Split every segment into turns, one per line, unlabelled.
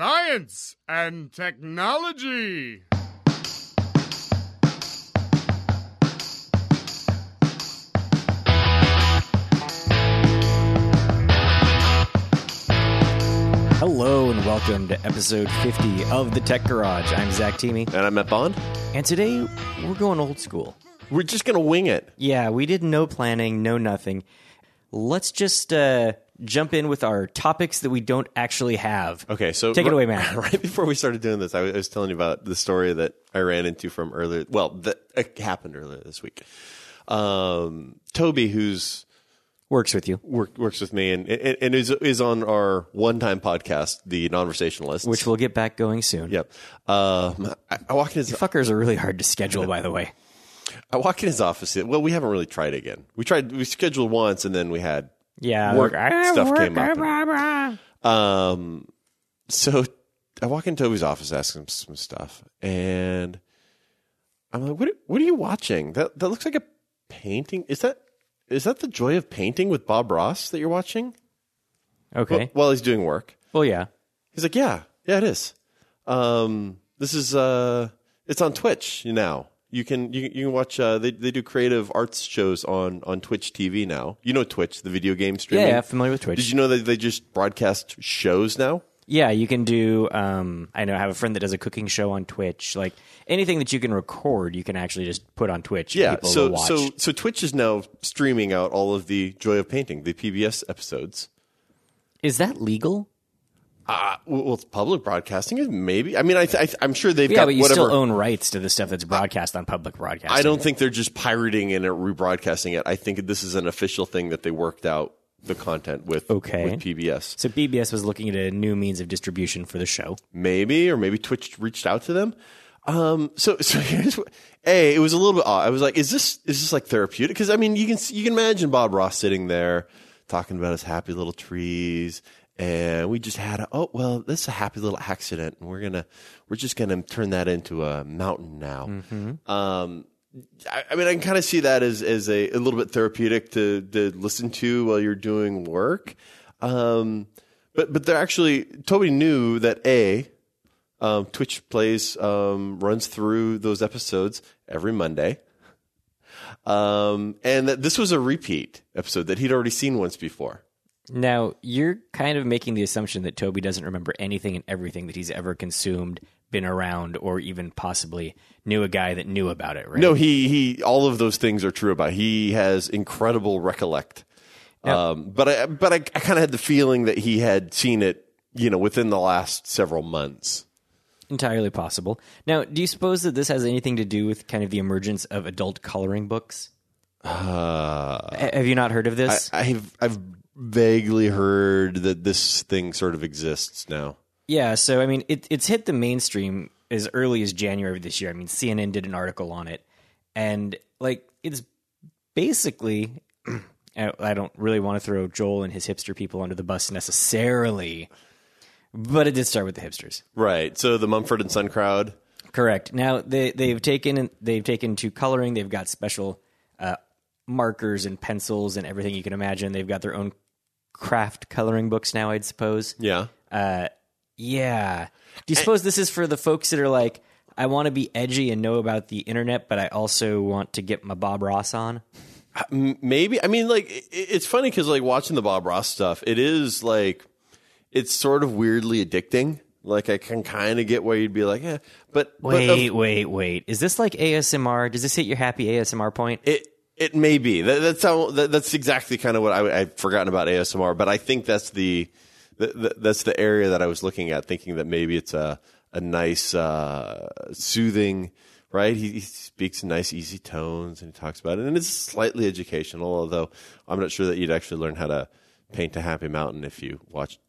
Science and Technology.
Hello and welcome to episode 50 of the Tech Garage. I'm Zach Teamy,
And I'm at Bond.
and today we're going old school.
We're just going to wing it.
Yeah, we did no planning, no nothing. Let's just uh, jump in with our topics that we don't actually have.
Okay, so
Take it away, Matt.
Right before we started doing this, I was- I was telling you about the story that I ran into from earlier. Well, that uh, happened earlier this week. Um, Toby, who's
Works with you,
work, works with me and, and, and is is on our one time podcast, the Nonversationalists.
which we'll get back going soon.
yep. Um, I, I walk in his
Fuckers are really hard to schedule, by the way.
I walk in his office. Well, we haven't really tried again. We tried. We scheduled once, and then we had
Yeah.
work
like, "Ah,
stuff
work,
came
ah,
up.
blah, blah."
Um, so I walk in Toby's office, ask him some stuff, and I'm like, "What? What are you watching? That that looks like a painting. Is that is that the joy of painting with Bob Ross that you're watching
Okay.
while he's doing work?"
Well, yeah.
He's like, "Yeah, yeah, it is. Um, this is uh, it's on Twitch now." You can you, you can watch uh, they they do creative arts shows on on Twitch TV now. You know Twitch, the video game
Yeah,
streaming.
yeah, familiar with Twitch.
Did you know that they just broadcast shows now?
Yeah, you can do. Um, I know I have a friend that does a cooking show on Twitch. Like anything that you can record, you can actually just put on Twitch. and
Yeah,
people will
so
watch.
so so Twitch is now streaming out all of the Joy of Painting, the PBS episodes.
is that legal?
Uh, well, it's public broadcasting is maybe. I mean, I, th- I am sure they've
Yeah,
got
but you
whatever.
still own rights to the stuff that's broadcast on public broadcast.
I don't think they're just pirating and rebroadcasting it. I think this is an official thing that they worked out the content with.
Okay.
with PBS
So BBS was looking at a new means of distribution for the show.
maybe, or maybe Twitch reached out to them. Um, so so here's what, a it was a little bit odd. I was like, is this is this like therapeutic? Because I mean, you can see- you can imagine Bob Ross sitting there talking about his happy little trees, and we just had a oh well, this is a happy little accident, and we're gonna we're just gonna turn that into a mountain now. Um, I, I mean, I can kind of see that as as a, a little bit therapeutic to to listen to while you're doing work. Um, but but they're actually Toby knew that a um, Twitch plays um, runs through those episodes every Monday, um, and that this was a repeat episode that he'd already seen once before.
Now you're kind of making the assumption that Toby doesn't remember anything and everything that he's ever consumed, been around, or even possibly knew a guy that knew about it. Right?
No, he he. All of those things are true about. He has incredible recollect. Um, but I but I, I kind of had the feeling that he had seen it, you know, within the last several months.
Entirely possible. Now, do you suppose that this has anything to do with kind of the emergence of adult coloring books? Uh, have you not heard of this?
I've I've vaguely heard that this thing sort of exists now.
yeah, so I mean, it, it's hit the mainstream as early as January of this year. I mean, CNN did an article on it, and like it's basically. I I don't really want to throw Joel and his hipster people under the bus necessarily, but it did start with the hipsters.
Right. So the Mumford and Son crowd.
Correct. Now they they've taken they've taken to coloring. They've got special uh, markers and pencils and everything you can imagine. They've got their own craft coloring books now. I'd suppose.
Yeah.
Yeah. Do you suppose this is for the folks that are like, I want to be edgy and know about the internet, but I also want to get my Bob Ross on?
Maybe. I mean, like, i- it's funny because, like, watching the Bob Ross stuff, it is like, it's sort of weirdly addicting. Like, I can kind of get why you'd be like, eh. But,
Wait,
but of-
wait, wait. Is this like ASMR? Does this hit your happy ASMR point?
it, it may be. That, that's how, that, that's exactly kind of what I, I've forgotten about ASMR, but I think that's the, th th that's the area that I was looking at, thinking that maybe it's a, a nice, uh, soothing, right? He, he speaks in nice, easy tones and he talks about it. And it's slightly educational, although I'm not sure that you'd actually learn how to paint a happy mountain if you watched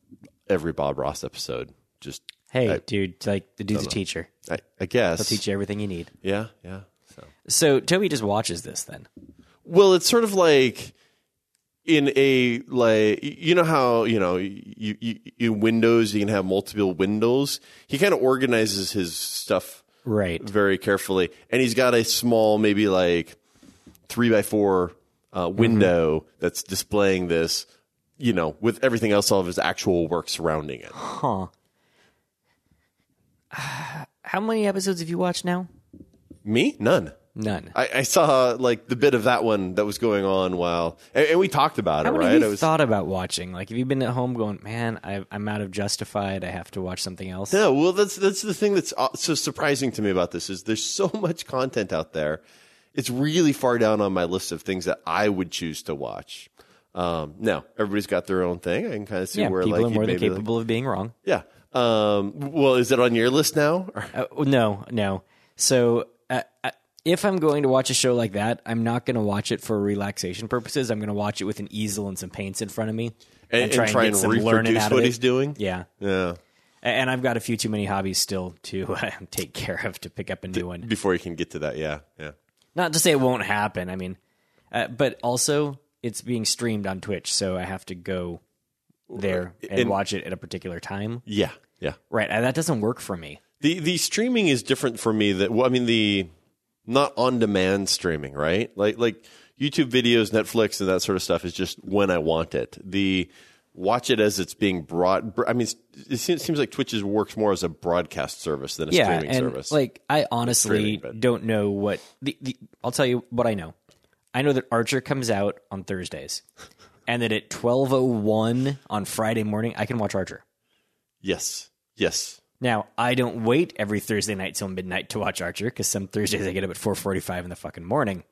every Bob Ross episode. Just,
hey,
I-
dude, like the dude's a teacher.
I, I guess.
Teach you everything you need.
Yeah, yeah. So.
So Toby just watches this then.
Well, it's sort of like in a like you know how you know you, you in Windows you can have multiple windows. He kind of organizes his stuff
Right.
very carefully, and he's got a small, maybe like three by four uh,
Mm-hmm.
window that's displaying this. You know, with everything else, all of his actual work surrounding it.
Huh. How many episodes have you watched now?
Me? None.
None.
I, I saw like the bit of that one that was going on while, and, and we talked about
How
it,
many
right?
have
I
you
was
thought about watching? Like, have you been at home going, man, I, I'm out of Justified. I have to watch something else?
no, well, that's that's the thing that's uh, so surprising to me about this is there's so much content out there. It's really far down on my list of things that I would choose to watch. Um, now everybody's got their own thing. I can kind of see
yeah,
where
people
like
are
you'd
more than
maybe, like-
capable of being wrong.
yeah. Um, well, is it on your list now?
Uh, no, no. So uh, uh, if I'm going to watch a show like that, I'm not going to watch it for relaxation purposes. I'm going to watch it with an easel and some paints in front of me
And- and try
get
and
some learning
reproduce
out of
what
it.
he's doing?
Yeah.
yeah.
A- And I've got a few too many hobbies still to uh, take care of to pick up a new one.
Before you can get to that, yeah, yeah.
Not to say it won't happen. I mean, uh, but also it's being streamed on Twitch, so I have to go there and,
And-
watch it at a particular time.
Yeah, yeah.
Right. and That doesn't work for me.
The the streaming is different for me. That well, I mean the not on demand streaming, right? Like like YouTube videos, Netflix, and that sort of stuff is just when I want it. The watch it as it's being brought. br- I mean, it's- it seems, seems like Twitch's works more as a broadcast service than a
yeah,
streaming
and
service.
Like I honestly
streaming, but-
don't know what the, the I'll tell you what I know. I know that Archer comes out on Thursdays and that at 12:01 on Friday morning I can watch Archer.
yes, yes.
Now, I don't wait every Thursday night till midnight to watch Archer cuz some Thursdays I get up at 4:45 in the fucking morning.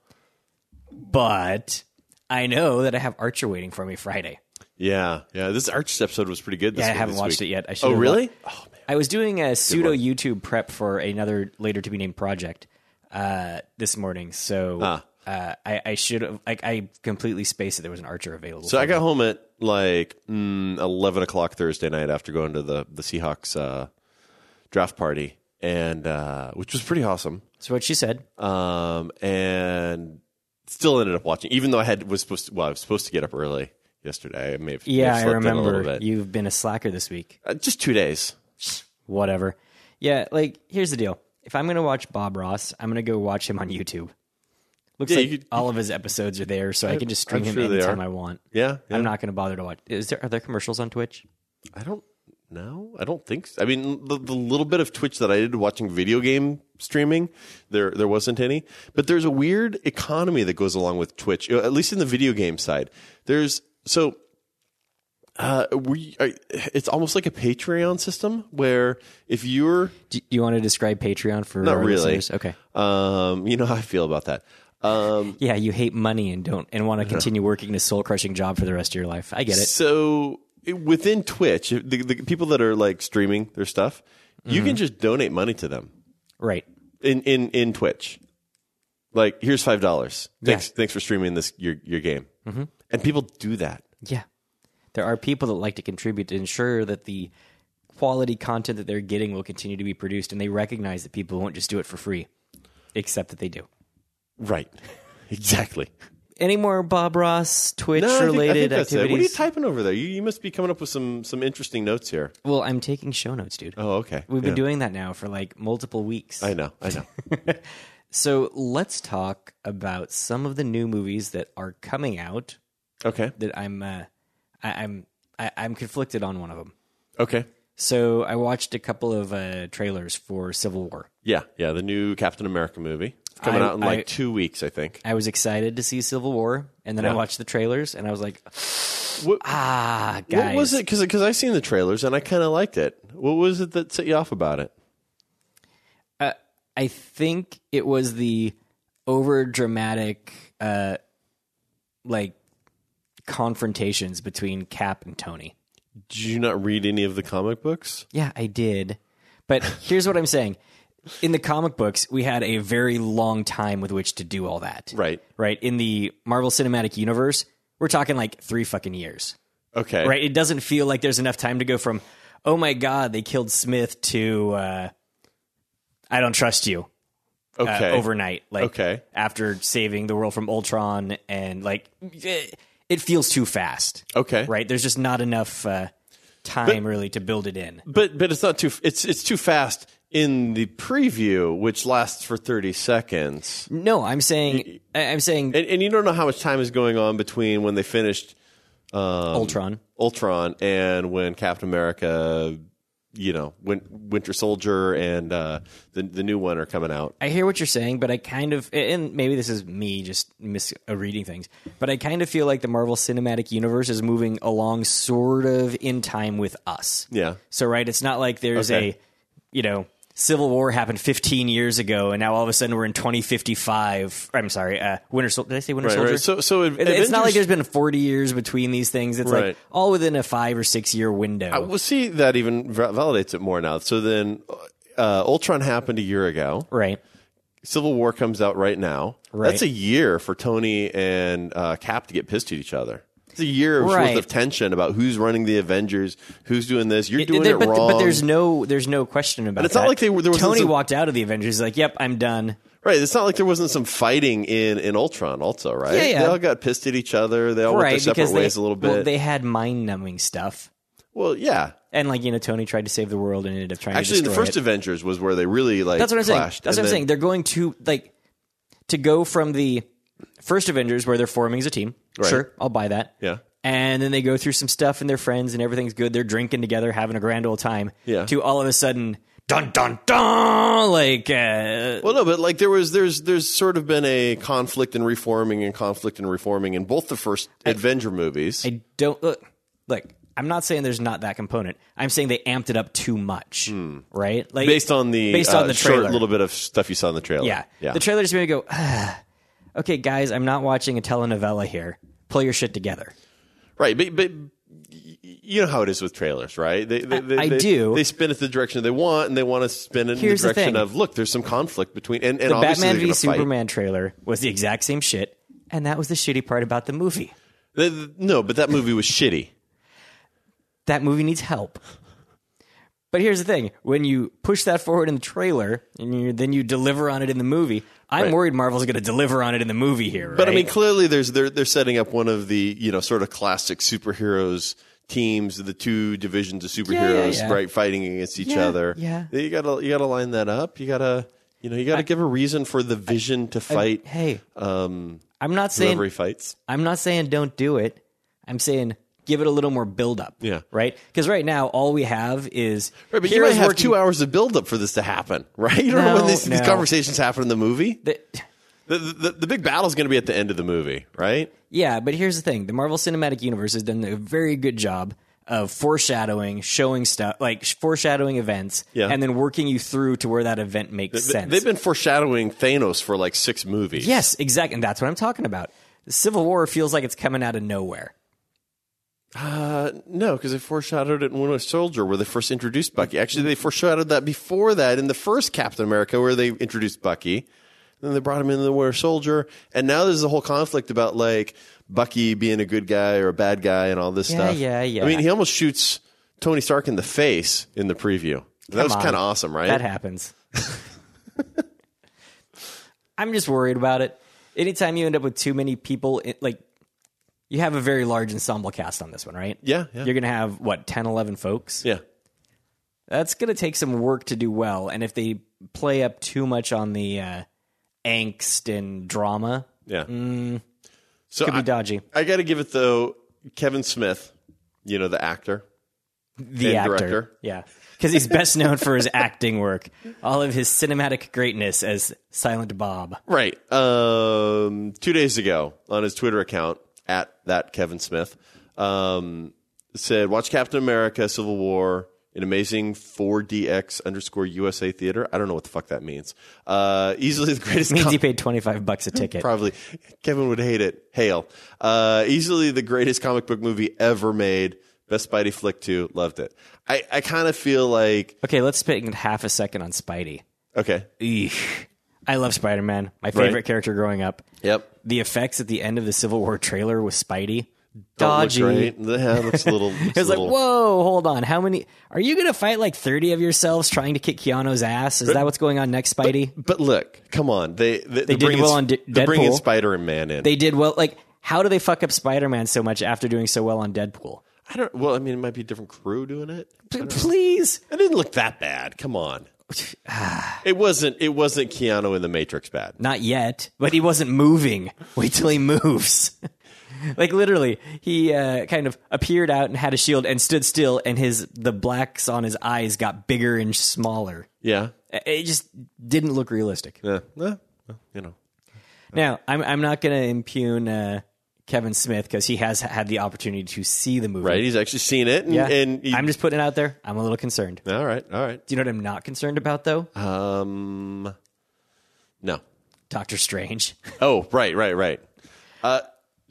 But I know that I have Archer waiting for me Friday.
Yeah, yeah. This Arch episode was pretty good. This
Yeah, I
one
haven't
this
watched
week.
it yet. I should
Oh,
have
really?
wa- I was doing a pseudo YouTube prep for another later to be named project uh, this morning, so uh, I, I should have. Like, I completely spaced that there was an archer available.
So
for
I
me.
got home at like mm, eleven o'clock Thursday night after going to the the Seahawks uh, draft party, and uh, which was pretty awesome.
That's what she said.
Um, and still ended up watching, even though I had was supposed to, well, I was supposed to get up early yesterday. I may have may
Yeah,
have
I
slept in a little
remember.
bit.
You've been a slacker this week.
Uh, just two days.
Whatever. Yeah, like here's the deal. If I'm gonna watch Bob Ross, I'm gonna go watch him on YouTube. Looks
Yeah,
like
you could-
all of his episodes are there, so I, can just stream
I'm
him
sure they
anytime
are.
I want.
Yeah, yeah.
I'm not gonna bother to watch. Is there are there commercials on Twitch?
I don't know. I don't think. So. I mean, the, the little bit of Twitch that I did watching video game streaming, there there wasn't any. But there's a weird economy that goes along with Twitch, you know, at least in the video game side. There's so. Uh, we I, it's almost like a Patreon system where if you're
Do, do you want to describe Patreon for
Not
our
really.
listeners? Okay.
um you know how I feel about that um
Yeah, you hate money and don't and want to continue working this soul crushing job for the rest of your life. I get it.
so it- within Twitch the, the people that are like streaming their stuff you can just donate money to them
Right.
in in in Twitch. Like, here's five dollars. Thanks,
Yeah.
thanks for streaming this your your game. Mm-hmm. And people do that.
Yeah. There are people that like to contribute to ensure that the quality content that they're getting will continue to be produced and they recognize that people won't just do it for free. Except that they do.
Right. Exactly.
Any more Bob Ross Twitch
No, I think- I think
related
that's it. What are you
activities?
typing over there? You, you must be coming up with some some interesting notes here.
well, I'm taking show notes, dude.
Oh, okay.
We've
Yeah.
been doing that now for like multiple weeks.
I know. I know.
So let's talk about some of the new movies that are coming out
okay.
that I'm uh, I, I'm I, I'm conflicted on one of them.
Okay.
So I watched a couple of uh, trailers for Civil War.
Yeah. Yeah. The new Captain America movie it's coming
I-
out in like
I-
two weeks, I think.
I was excited to see Civil War, and then I watched the trailers, and I was like,
What-
"Ah, guys,
What was it? Because I seen the trailers and I kind of liked it. What was it that set you off about it?
Uh, I think it was the over dramatic, uh, like confrontations between Cap and Tony."
Did you not read any of the comic books?
Yeah, I did. But here's what I'm saying. In the comic books, we had a very long time with which to do all that.
Right.
Right. In the Marvel Cinematic Universe, we're talking like three fucking years.
Okay.
Right. It doesn't feel like there's enough time to go from, oh my God, they killed Smith to, uh, I don't trust you uh,
Okay.
overnight. Like,
Okay.
after saving the world from Ultron and like, eh, it feels too fast.
Okay.
Right. There's just not enough uh, time really to build it in.
But but it's not too it's it's too fast in the preview, which lasts for thirty seconds,
No, I'm saying I- I'm saying
and, and you don't know how much time is going on between when they finished um,
Ultron.
Ultron and when Captain America you know, Win- Winter Soldier and uh, the the new one are coming out.
I hear what you're saying, but I kind of, and maybe this is me just misreading things, but I kind of feel like the Marvel Cinematic Universe is moving along sort of in time with us.
Yeah.
So, right, it's not like there's
Okay.
a, you know, Civil War happened 15 years ago, and now all of a sudden we're in 2055. I'm sorry, uh, Winter Soldier. Did I say Winter
Right,
Soldier?
right. So, so
It- it's not like there's been 40 years between these things. It's
Right.
like all within a five or six year window.
We'll see that even va- validates it more now. So then, uh, Ultron happened a year ago.
right.
Civil War comes out right now.
Right.
That's a year for Tony and uh, Cap to get pissed at each other. It's a year of
Right.
worth of tension about who's running the Avengers, who's doing this. You're
It-
doing
there-
it
but,
wrong.
but there's no there's no question about it.
it's not like they were- there was
Tony
this-
walked out of the Avengers like, "Yep, I'm done."
Right. It's not like there wasn't some fighting in, in Ultron also, right?
Yeah, yeah.
They all got pissed at each other. They all went their
right,
separate
because they,
ways a little bit.
Well, they had mind numbing stuff.
Well, yeah.
And like, you know, Tony tried to save the world and ended up trying
Actually,
to
the
destroy
first
it.
Avengers was where they really like
That's what I'm saying.
clashed.
That's what I'm
And
saying. They're going to like to go from the first Avengers where they're forming as a team.
Right.
Sure, I'll buy that.
Yeah.
And then they go through some stuff and they're friends and everything's good. They're drinking together, having a grand old time.
Yeah.
To all of a sudden, dun dun dun, like uh,
Well, no, but like there was there's there's sort of been a conflict and reforming and conflict and reforming in both the first Avenger movies.
I don't look. Look, I'm not saying there's not that component. I'm saying they amped it up too much, right? Like
Hmm. based on the
based
uh,
on the
short
trailer,
little bit of stuff you saw in the trailer.
Yeah.
yeah.
The trailer just made me go, ah, okay, guys, I'm not watching a telenovela here. Pull your shit together.
right, but, but y- you know how it is with trailers, right? They, they, they,
I
they-
do.
They spin it the direction they want, and they want to spin it
Here's
in
the
the direction
thing.
of look. There's some conflict between and, and
The
obviously
Batman
they're gonna
v
fight.
Superman trailer was the exact same shit, and that was the shitty part about the movie.
They- they- no, but that movie was shitty.
That movie needs help. But here's the thing: when you push that forward in the trailer, and you, then you deliver on it in the movie, I'm
Right.
worried Marvel's going to deliver on it in the movie here. Right?
But I mean, clearly, there's they're they're setting up one of the you know sort of classic superheroes teams, the two divisions of superheroes,
yeah.
right, fighting against each
Yeah,
other.
yeah.
you gotta you gotta line that up. You gotta you know you gotta give a reason for the Vision to fight
hey,
um,
I'm not saying
whoever he fights.
I'm not saying don't do it. I'm saying give it a little more build up.
Yeah.
Right? Because right now all we have is
Right, but you
heroes
might have
working-
two hours of build up for this to happen, right? You don't know when
No,
these, these
no.
conversations happen in the movie.
The-
The, the, the big battle's going to be at the end of the movie, right?
yeah, but here's the thing: the Marvel Cinematic Universe has done a very good job of foreshadowing, showing stuff like sh- foreshadowing events,
Yeah.
and then working you through to where that event makes
They-
sense.
They've been foreshadowing Thanos for like six movies.
yes, exactly, and that's what I'm talking about. The Civil War feels like it's coming out of nowhere.
Uh, no, because they foreshadowed it in Winter Soldier, where they first introduced Bucky. Actually, they foreshadowed that before that in the first Captain America, where they introduced Bucky. Then they brought him in the Winter Soldier, and now there's a whole conflict about like Bucky being a good guy or a bad guy and all this
Yeah,
stuff.
yeah, yeah.
I mean, he almost shoots Tony Stark in the face in the preview. that was
on.
kind of awesome, right?
That happens. I'm just worried about it. Anytime you end up with too many people, it, like you have a very large ensemble cast on this one, right?
Yeah, yeah.
You're going to have what 10, 11 folks.
yeah.
That's going to take some work to do well, and if they play up too much on the uh, angst and drama,
Yeah. so
Mm. could
I,
be dodgy.
I got to give it though, Kevin Smith, you know the actor.
The
and
actor,
director.
yeah, because he's best known for his acting work, all of his cinematic greatness as Silent Bob.
Right. Um, two days ago on his Twitter account, at that Kevin Smith, um, said, Watch Captain America Civil War in amazing 4DX underscore USA theater. I don't know what the fuck that means. Uh, easily the greatest.
Means
com-
he paid twenty five bucks a ticket.
Probably. Kevin would hate it. Hail. Uh, easily the greatest comic book movie ever made. Best Spidey flick too. Loved it. I, I kind of feel like,
Okay, let's spend half a second on Spidey.
okay.
Eesh. I love Spider Man. My favorite
Right.
character growing up.
Yep.
The effects at the end of the Civil War trailer with Spidey.
Don't look
Dodgy.
great. Yeah, looks a little.
It was like,
little-
whoa, hold on. How many are you gonna fight like thirty of yourselves trying to kick Keanu's ass? Is that what's going on next, Spidey?
But look, come on. They they, they,
did
bring
well
in-
on D-
They're bringing
Deadpool.
Spider Man in.
They did well like how do they fuck up Spider Man so much after doing so well on Deadpool?
I don't. Well, I mean, it might be a different crew doing it.
P- Please.
It didn't look that bad. Come on. it wasn't. It wasn't Keanu in the Matrix bad.
Not yet, but he wasn't moving. Wait till he moves. like literally, he uh, kind of appeared out and had a shield and stood still, and his the blacks on his eyes got bigger and smaller. Uh,
Yeah.
It just didn't look realistic.
Yeah. Yeah. Well, You know.
Now, I'm I'm not going to impugn uh, Kevin Smith because he has had the opportunity to see the movie.
Right. He's actually seen it. And,
Yeah.
and he-
I'm just putting it out there. I'm a little concerned.
all right. All right.
Do you know what I'm not concerned about though?
Uh, Um, no.
Doctor Strange.
Oh, right, right, right. Uh,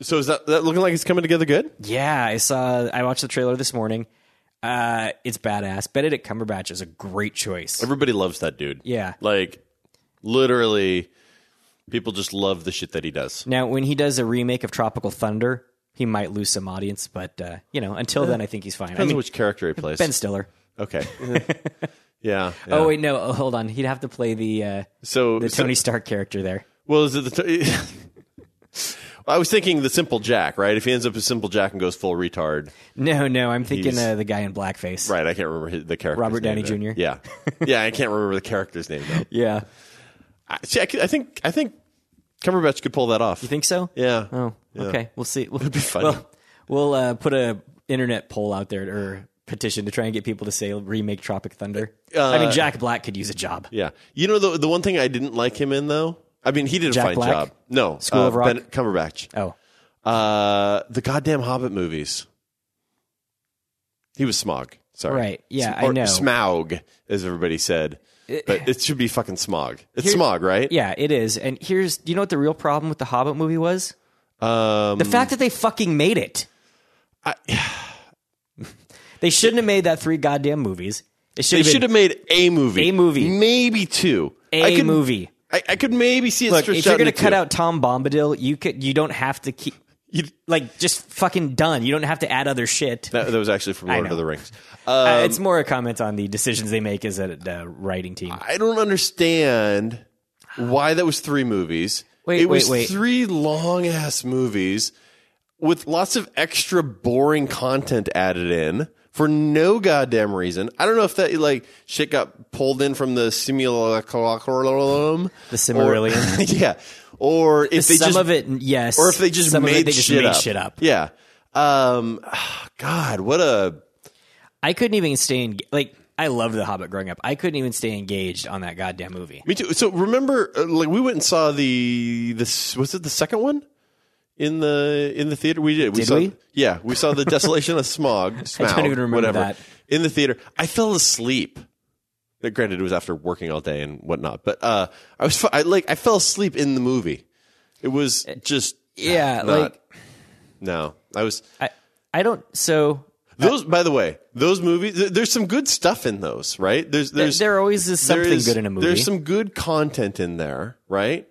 so is that, that looking like it's coming together good?
yeah, I saw. I watched the trailer this morning. Uh, it's badass. Benedict Cumberbatch is a great choice.
Everybody loves that dude.
Yeah.
Like, literally, people just love the shit that he does.
Now, when he does a remake of Tropical Thunder, he might lose some audience, but uh, you know, until then, I think he's fine. I
Depends on
mean,
which character he plays.
Ben Stiller.
okay. yeah, yeah.
Oh wait, no, oh, hold on. He'd have to play the uh,
So
the
so-
Tony Stark character there.
well, is it the? T- I was thinking the simple Jack, right? If he ends up as simple Jack and goes full retard,
No, no, I'm thinking
He's-
uh, the guy in blackface.
right? I can't remember his, the character.
Robert Downey Jr..
Yeah, yeah. I can't remember the character's name though.
Yeah,
I, see, I, could- I think I think Cumberbatch could pull that off.
you think so?
Yeah.
Oh, okay. We'll see. We'll,
be funny.
We'll, we'll uh, put a internet poll out there or petition to try and get people to say remake Tropic Thunder.
Uh,
I mean, Jack Black could use a job.
Yeah. You know the the one thing I didn't like him in though. I mean, he did a
Jack
fine
Black?
job. No,
School
uh,
of Rock?
Ben Cumberbatch.
Oh,
Uh, the goddamn Hobbit movies. He was Smog. Sorry.
Right. Yeah,
or
I know. Eh,
Smaug, as everybody said. but it should be fucking Smog. It's
Here-
Smog, right?
yeah, it is. And here's, do you know what the real problem with the Hobbit movie was?
Um,
The fact that they fucking made it.
I-
they shouldn't have made that three goddamn movies. It should
they
have
should
been
have made a movie.
A movie.
Maybe two. I
a
could,
movie.
I, I could maybe see it
Look,
stretched
if you're
out
gonna
into
cut
two.
out Tom Bombadil, you could. You don't have to keep.
You-
like just fucking done. You don't have to add other shit.
That, that was actually from Lord of
know.
the Rings.
Uh, it's more a comment on the decisions they make as a uh, writing team.
I don't understand why that was three movies.
Wait,
it was
wait, wait.
three long ass movies with lots of extra boring content added in for no goddamn reason. I don't know if that like shit got pulled in from the simulacrum,
The Cimmerillion.
Or- yeah, or if they
Some
just
of it, yes,
or if they just
Some of
made
it, they just
shit
made
up.
shit up.
Yeah. Um. God, what a
I couldn't even stay in. Like I loved The Hobbit growing up. I couldn't even stay engaged on that goddamn movie.
Me too. So remember, uh, like we went and saw the this was it the second one in the in the theater. We did. We
Did
saw,
we?
Yeah, we saw the Desolation of Smog. Smaug,
even remember
whatever,
that.
in the theater. I fell asleep. Uh, Granted, it was after working all day and whatnot, but uh, I was fu- I, like I fell asleep in the movie. It was just
Yeah,
not-
Eh, like
no. I was
I, I don't. So
those. by the way, those movies. th- There's some good stuff in those, right? There's
there,
there's
there always is something
there is-
good in a movie.
There's some good content in there, right?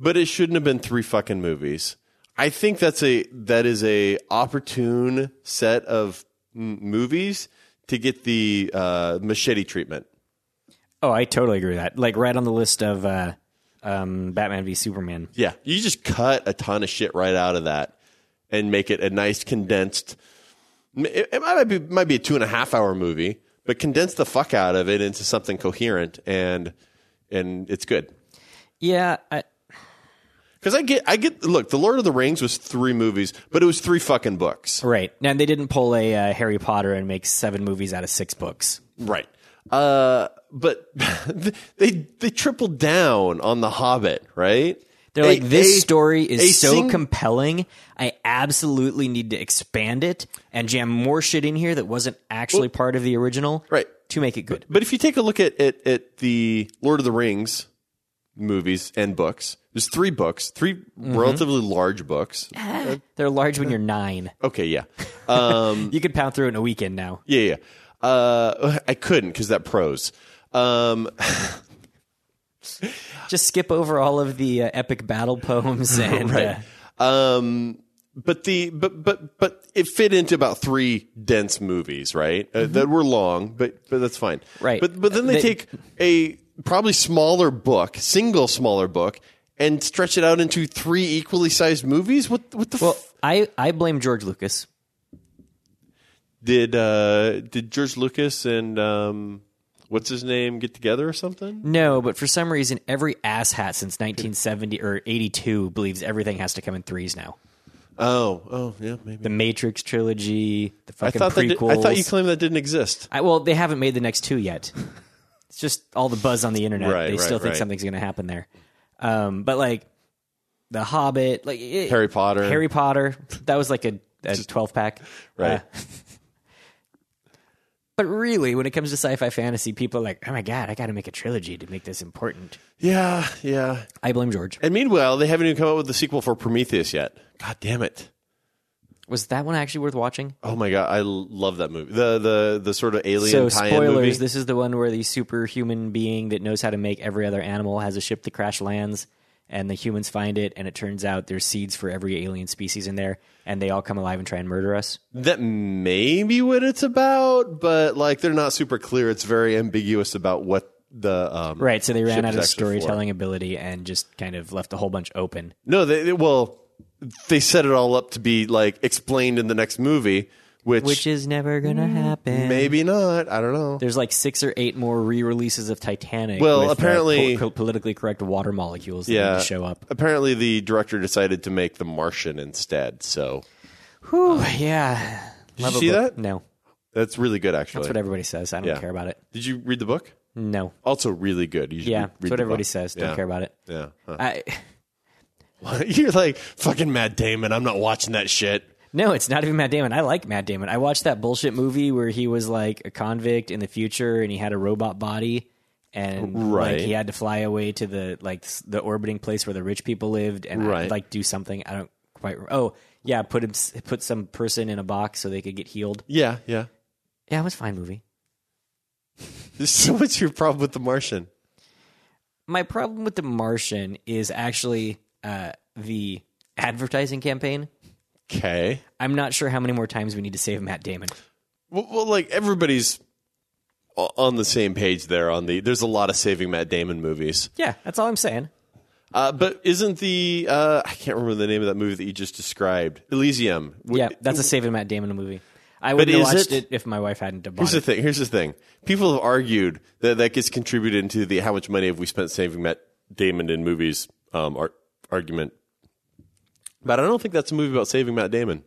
But it shouldn't have been three fucking movies. I think that's a that is a opportune set of m- movies to get the uh, machete treatment.
oh, I totally agree with that. Like right on the list of uh, um, Batman v Superman.
Yeah, you just cut a ton of shit right out of that and make it a nice condensed. m- It, it might be might be a two and a half hour movie, but condense the fuck out of it into something coherent and and it's good.
Yeah, I,
Because I get, I get. Look, The Lord of the Rings was three movies, but it was three fucking books.
right. Now they didn't pull a uh, Harry Potter and make seven movies out of six books.
Right. Uh, but they they tripled down on The Hobbit, right?
They're
A-
like, this
a-
story is
a
so
sing-
compelling. I absolutely need to expand it and jam more shit in here that wasn't actually part of the original,
Right.
To make it good.
But if you take a look at, at at the Lord of the Rings movies and books, there's three books, 3
Mm-hmm.
relatively large books.
They're large when you're nine.
Okay, yeah,
You could pound through it in a weekend now.
yeah, yeah. Uh, I couldn't because that prose. Um,
Just skip over all of the uh, epic battle poems and uh,
Um, but the but but but it fit into about three dense movies, right? Uh, that were long, but but that's fine,
Right.
But but then they,
They-
take a probably smaller book, single smaller book, and stretch it out into three equally sized movies. What what the
well,
f-
uh, I I blame George Lucas.
did uh, did George Lucas and um, what's his name get together or something?
No, but for some reason, every asshat since 1970 or 82 believes everything has to come in threes now.
Oh, oh, yeah, maybe.
the Matrix trilogy, the
I
fucking
thought that. Did,
prequels.
I thought you claimed that didn't exist.
I, well, they haven't made the next two yet. it's just all the buzz on the internet.
Right,
they still
right,
think
right.
something's going to happen there. Um, but like the Hobbit, like it,
Harry Potter.
Harry Potter, that was like a a twelve pack, Uh,
Right.
but really, when it comes to sci-fi fantasy, people are like, "Oh my god, I got to make a trilogy to make this important."
yeah, yeah.
I blame George.
And meanwhile, they haven't even come out with the sequel for Prometheus yet. God damn it.
Was that one actually worth watching?
Oh my god, I l- love that movie. The the the sort of
So,
alien tie-in
spoilers.
movie.
This is the one where the superhuman being that knows how to make every other animal has a ship that crash lands, and the humans find it, and it turns out there's seeds for every alien species in there, and they all come alive and try and murder us.
That may be what it's about, but like they're not super clear. It's very ambiguous about what the um,
Right. So they ran
ship
out
is
of
actually for.
storytelling ability and just kind of left a whole bunch open.
No, they, they- well, they set it all up to be like explained in the next movie, which, Mm,
Which is never gonna happen.
maybe not. I don't know.
There's like six or eight more re-releases of Titanic.
Well,
with, uh,
apparently-
po- politically correct water molecules that need
Yeah,
to show up.
Apparently, the director decided to make The Martian instead. So
Whew, yeah. Uh, Did
see that?
No,
that's really good, actually.
that's what everybody says. I don't
Yeah.
care about it.
Did you read the book?
No,
Also, really good. You should
yeah,
read
that's
the
what everybody
book.
says. Don't
Yeah.
care about it.
Yeah. Huh.
I,
You're like fucking Matt Damon. I'm not watching that shit.
no, it's not even Matt Damon. I like Matt Damon. I watched that bullshit movie where he was like a convict in the future and he had a robot body and
Right.
like he had to fly away to the like s- the orbiting place where the rich people lived and
Right.
like do something. I don't quite. Oh yeah, put him s- put some person in a box so they could get healed.
Yeah, yeah.
Yeah, it was a fine movie.
So what's your problem with The Martian?
my problem with the Martian is actually uh, the advertising campaign.
Okay.
I'm not sure how many more times we need to save Matt Damon.
Well, well, like everybody's o- on the same page there. On the there's a lot of saving Matt Damon movies.
Yeah, that's all I'm saying.
Uh, but isn't the uh, I can't remember the name of that movie that you just described Elysium? W-
Yeah, that's a saving Matt Damon movie. I would
But
have
is
watched
it-
it? if my wife hadn't bought
Here's the
it.
thing. Here's the thing. People have argued that that gets contributed into the how much money have we spent saving Matt Damon in movies um, ar- argument. But I don't think that's a movie about saving Matt Damon.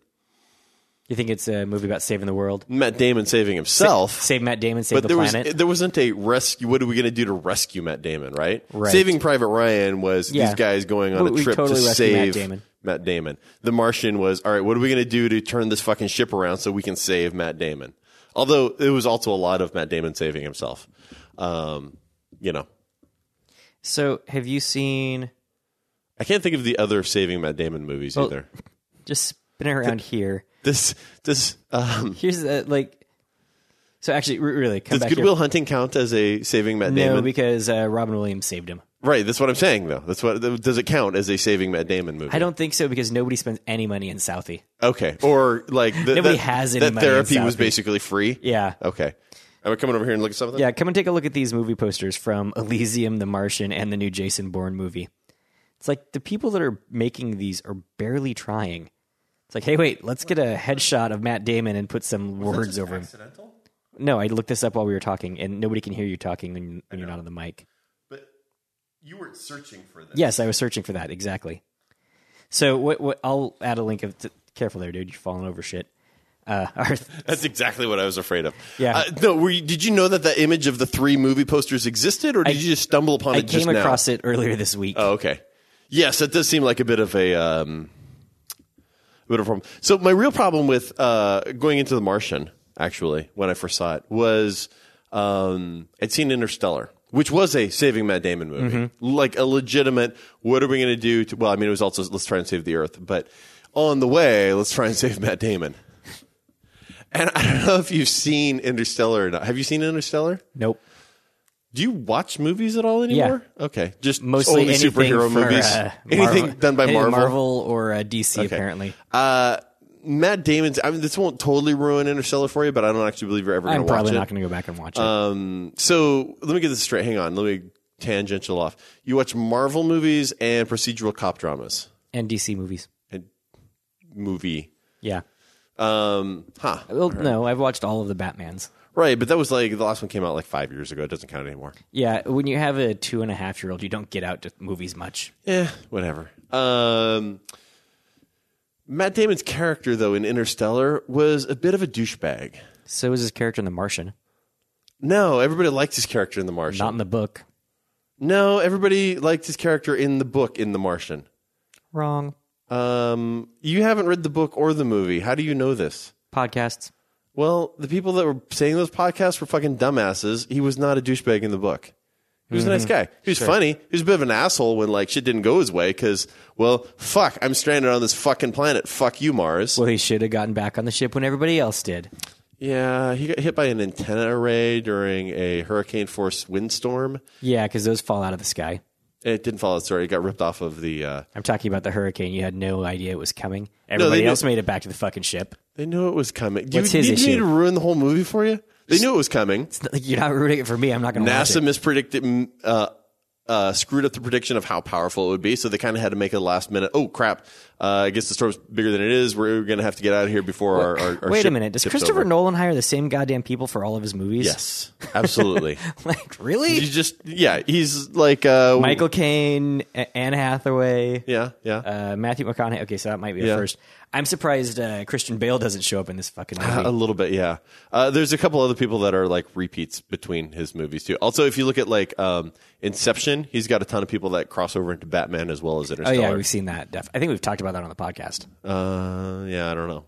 You think it's a movie about saving the world?
Matt Damon saving himself.
Save Matt Damon, save
but
the
there
planet.
was there wasn't a rescue. What are we going to do to rescue Matt Damon? Right?
Right.
Saving Private Ryan was
Yeah.
these guys going on
We-
a
we
trip
totally
to
rescue Matt
save
Damon.
Matt Damon. The Martian was all right. What are we going to do to turn this fucking ship around so we can save Matt Damon? Although it was also a lot of Matt Damon saving himself. Um, you know,
so, have you seen?
I can't think of the other saving Matt Damon movies
Oh.
either.
Just spin it around here.
This this um,
Here's the, like. So actually, re- really, come
does
back
Goodwill
here.
Hunting count as a saving Matt
No,
Damon?
because uh, Robin Williams saved him.
right. That's what I'm saying though. That's what does it count as a saving Matt Damon movie?
I don't think so because nobody spends any money in Southie.
Okay. Or like the,
Nobody
that,
has any
that
money in
therapy was
Southie.
basically free.
Yeah.
Okay. Am I coming over here and look at something?
Yeah, come and take a look at these movie posters from Elysium, The Martian, and the new Jason Bourne movie. It's like the people that are making these are barely trying. It's like, hey, wait, let's get a headshot of Matt Damon and put some words over him.
Accidental?
No, I looked this up while we were talking, and nobody can hear you talking when, when you're not on the mic.
But you weren't searching for this.
Yes, I was searching for that exactly. So what? What? I'll add a link of. T- careful there, dude. You're falling over shit. Uh, our,
That's exactly what I was afraid of.
Yeah.
Uh, no, were you, did you know that that image of the three movie posters existed, or did you just stumble upon
I
it just
came
now?
across it earlier this week.
Oh, okay. Yes, that does seem like a bit of a, um, a bit of a problem. So my real problem with uh, going into The Martian, actually, when I first saw it, was um, I'd seen Interstellar, which was a Saving Matt Damon movie, like a legitimate. What are we going to do? to Well, I mean, it was also let's try and save the Earth, but on the way, let's try and save Matt Damon. And I don't know if you've seen Interstellar or not. Have you seen Interstellar?
Nope.
Do you watch movies at all anymore? Okay, just
mostly
only
anything
superhero
for,
movies.
uh,
anything
Marvel-
done by
any
Marvel.
or uh, DC. Apparently,
Uh, Matt Damon's. I mean, this won't totally ruin Interstellar for you, but I don't actually believe you're ever going to
I'm
watch
probably
it.
not going to go back and watch it.
um, so let me get this straight. Hang on. Let me tangential off. You watch Marvel movies and procedural cop dramas.
and DC movies.
Movie.
Yeah.
Um, huh.
Well, no, I've watched all of the Batmans.
Right, but that was like the last one came out like five years ago. It doesn't count anymore.
Yeah, when you have a two and a half
Eh,
year old, you don't get out to movies much.
Yeah, whatever. Um, Matt Damon's character, though, in Interstellar was a bit of a douchebag.
So is his character in The Martian.
No, everybody liked his character in The Martian.
Not in the book.
no, everybody liked his character in the book in The Martian.
Wrong.
Um, you haven't read the book or the movie. How do you know this?
Podcasts.
Well, the people that were saying those podcasts were fucking dumbasses. He was not a douchebag in the book. He was a nice guy. He was funny. He was a bit of an asshole when like shit didn't go his way because, well, fuck, I'm stranded on this fucking planet. Fuck you, Mars.
Well, he should have gotten back on the ship when everybody else did.
Yeah, he got hit by an antenna array during a hurricane force windstorm.
Yeah, because those fall out of the sky.
It didn't fall out. Sorry, it got ripped off of the. Uh,
I'm talking about the hurricane. You had no idea it was coming. Everybody
didn't.
else made it back to the fucking ship.
they knew it was coming. Do
What's
you
his
need me
issue?
to ruin the whole movie for you? They knew it was coming.
It's not, like, you're not rooting it for me. I'm not going to watch
NASA
it.
mispredicted, mm, uh, uh, screwed up the prediction of how powerful it would be. So they kind of had to make a last minute. Oh crap! Uh, I guess the storm's bigger than it is. We're going to have to get out of here before our, our, our
Wait a
ship
minute. Does
tips
Christopher
over.
Nolan hire the same goddamn people for all of his movies?
Yes, absolutely.
like really?
he's just yeah. He's like uh,
Michael Caine, A- Anne Hathaway,
Yeah, yeah.
uh, Matthew McConaughey. Okay, so that might be a
Yeah.
first. I'm surprised uh, Christian Bale doesn't show up in this fucking
A
movie.
little bit, yeah. Uh, there's a couple other people that are like repeats between his movies too. Also, if you look at like um, Inception, he's got a ton of people that cross over into Batman as well as
oh yeah,
Interstellar.
we've seen that. Def- I think we've talked about that on the podcast.
uh, yeah, I don't know.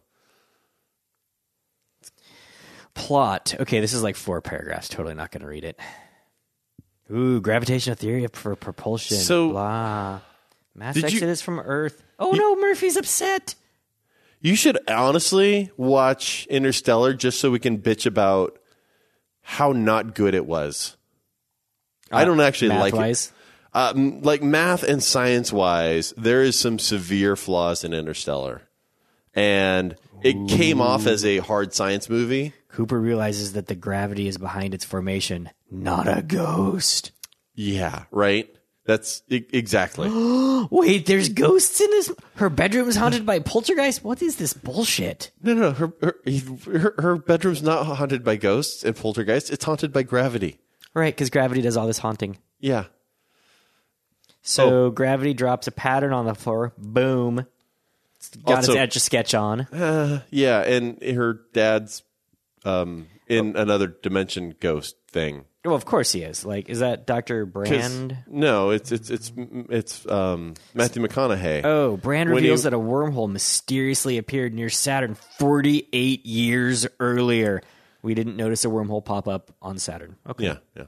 Plot. Okay, this is like four paragraphs. Totally not going to read it. Ooh, gravitational theory for propulsion.
So-
blah. Mass
Did you-
exodus from Earth. Oh no, Murphy's upset.
You should honestly watch Interstellar just so we can bitch about how not good it was. I don't actually like it.
Math-wise.
Uh, m- like math and science wise, there is some severe flaws in Interstellar, and it came off as a hard science movie.
Cooper realizes that the gravity is behind its formation, not a ghost.
Yeah, right. That's e- exactly.
Wait, there's ghosts in this. Her bedroom is haunted by poltergeist. What is this bullshit?
No, no, no. Her, her, her, her bedroom's not haunted by ghosts and poltergeists. It's haunted by gravity.
Right, because gravity does all this haunting.
Yeah.
So
Oh.
gravity drops a pattern on the floor. Boom. It's got
Also-
its etch a sketch on.
Yeah. And her dad's um, in another dimension ghost thing.
Well, of course he is. Like, is that Doctor
'Cause-
Brand?
No, it's it's it's it's um, Matthew McConaughey.
Oh, Brand
When
reveals
you-
that a wormhole mysteriously appeared near Saturn 48 years earlier. We didn't notice a wormhole pop up on Saturn. Okay.
Yeah. Yeah.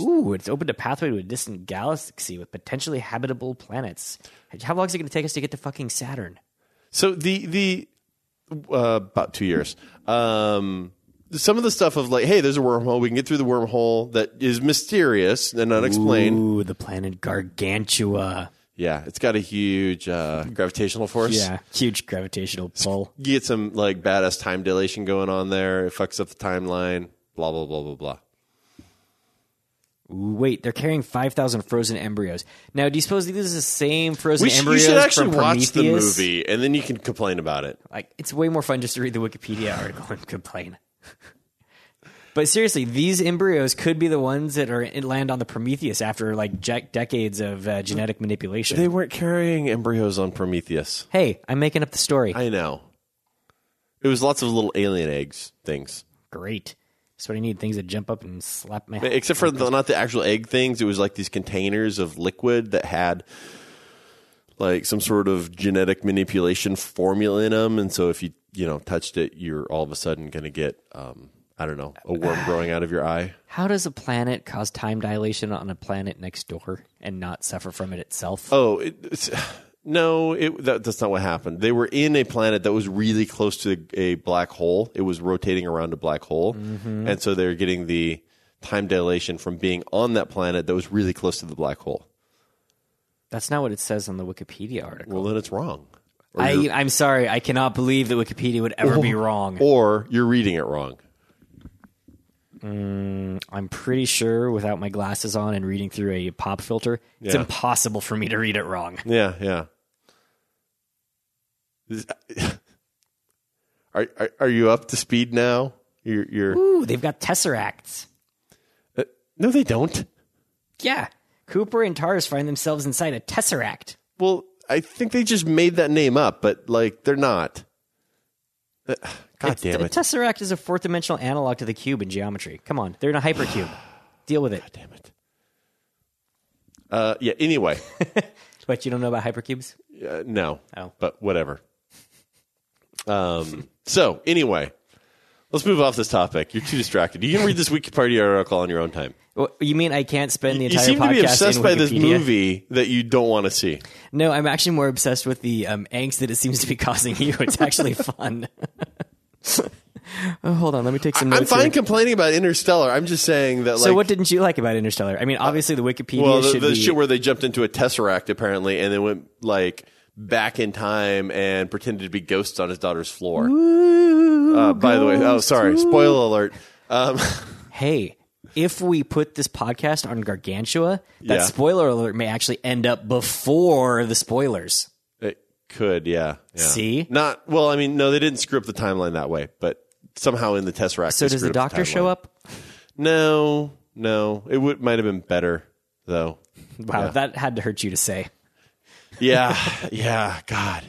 Ooh, it's opened a pathway to a distant galaxy with potentially habitable planets. How long is it going to take us to get to fucking Saturn?
So the the uh, about two years. Um, some of the stuff of like, hey, there's a wormhole. We can get through the wormhole that is mysterious and unexplained.
Ooh, the planet Gargantua.
Yeah, it's got a huge uh, gravitational force.
Yeah, huge gravitational pull.
You get some like badass time dilation going on there. It fucks up the timeline. Blah blah blah blah blah.
Ooh, wait, they're carrying 5,000 frozen embryos. Now, do you suppose these are the same frozen
We sh- you
embryos
should actually
from
watch the
Prometheus?
movie and then you can complain about it.
Like, it's way more fun just to read the Wikipedia article and complain. but seriously, these embryos could be the ones that are land on the Prometheus after like jack decades of uh, genetic manipulation.
They weren't carrying embryos on Prometheus.
Hey, I'm making up the story.
I know. It was lots of little alien eggs things,
Great. That's what I need. Things that jump up and slap my
except for the, not the actual egg things. It was like these containers of liquid that had like some sort of genetic manipulation formula in them, and so if you you know touched it, you're all of a sudden going to get um, I don't know a worm growing out of your eye.
How does a planet cause time dilation on a planet next door and not suffer from it itself?
Oh, it, it's, no, it, that, that's not what happened. They were in a planet that was really close to a black hole. It was rotating around a black hole, and so they're getting the time dilation from being on that planet that was really close to the black hole.
That's not what it says on the Wikipedia article.
Well, then it's wrong, or, Oh.
I,
you're,
I'm sorry. I cannot believe that Wikipedia would ever be wrong.
or you're reading it wrong.
I'm pretty sure without my glasses on and reading through a pop filter, it's
Yeah.
impossible for me to read it wrong.
Yeah, yeah. Is- Are, are are you up to speed now? You're, you're
Ooh, they've got tesseracts.
uh, no, they don't.
Yeah. Cooper and Tars find themselves inside a tesseract.
Well, I think they just made that name up, but like they're not. Uh, God
It's-
damn
the
it!
Tesseract is a fourth dimensional analog to the cube in geometry. Come on, they're in a hypercube. Deal with it.
damn it. Uh, yeah. Anyway,
But you don't know about hypercubes?
uh, no.
Oh.
But whatever. Um. So anyway, let's move off this topic. You're too distracted. You can read this Wikipedia article on your own time.
Well, you mean I can't spend the
You
entire
seem
podcast
to be obsessed
in
by this
Wikipedia?
movie that you don't want to see.
No, I'm actually more obsessed with the um, angst that it seems to be causing you. It's actually fun. oh, hold on, let me take some
I'm
notes.
fine
here.
complaining about Interstellar. I'm just saying that. Like,
So, what didn't you like about Interstellar? I mean, obviously the Wikipedia
Well, the,
should
the
be.
shit where they jumped into a tesseract apparently, and they went like back in time and pretended to be ghosts on his daughter's floor. uh, by the way, oh sorry, spoiler alert. Um,
hey, if we put this podcast on Gargantua, that
Yeah.
spoiler alert may actually end up before the spoilers.
it could, yeah, yeah.
See?
not well. I mean, no, they didn't screw up the timeline that way, but somehow in the tesseract.
So
they
does the
screwed up
doctor show
timeline.
up?
No, no, it would might have been better though.
Wow, that had to hurt you to say.
Yeah, yeah, God.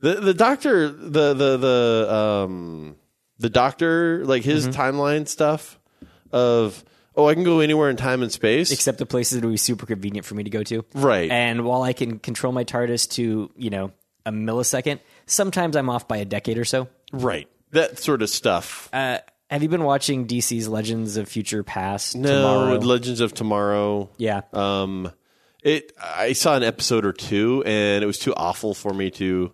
The the doctor the the the um the doctor like his
Mm-hmm.
timeline stuff of oh I can go anywhere in time and space
Except the places that would be super convenient for me to go to.
Right.
And while I can control my TARDIS to, you know, a millisecond, sometimes I'm off by a decade or so.
right that sort of stuff.
Uh, have you been watching DC's Legends of Future Past
no,
tomorrow?
with Legends of Tomorrow.
yeah.
Um, it I saw an episode or two and it was too awful for me to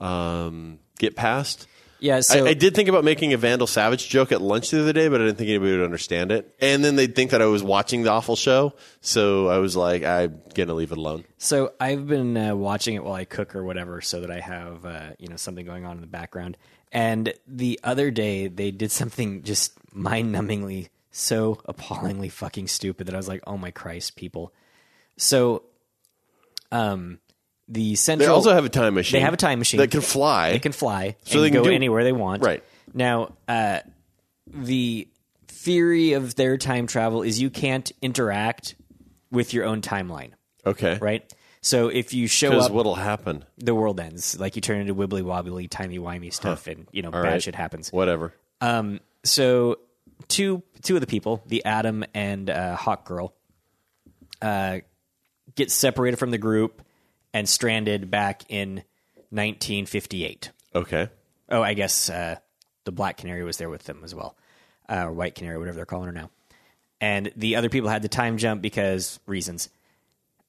um get past.
yeah, so
I, I did think about making a Vandal Savage joke at lunch the other day, but I didn't think anybody would understand it. And then they'd think that I was watching the awful show, so I was like, I'm gonna leave it alone.
So I've been uh, watching it while I cook or whatever, so that I have uh, you know something going on in the background. And the other day they did something just mind-numbingly so appallingly fucking stupid that I was like, "Oh my Christ, people!" So, um, the
They
central
also have a time machine.
they have a time machine.
that can fly.
They can fly.
So
and
they can
go
do-
anywhere they want.
Right.
Now, uh, the theory of their time travel is you can't interact with your own timeline,
Okay,
right? So if you show
Because
up,
what'll happen?
the world ends. Like you turn into wibbly wobbly, timey wimey stuff, and you know bad
right.
shit happens.
Whatever.
Um, so two two of the people, the Adam and uh, Hawk Girl, uh, get separated from the group and stranded back in 1958.
Okay.
Oh, I guess uh, the black canary was there with them as well, uh, or white canary, whatever they're calling her now. And the other people had the time jump because reasons.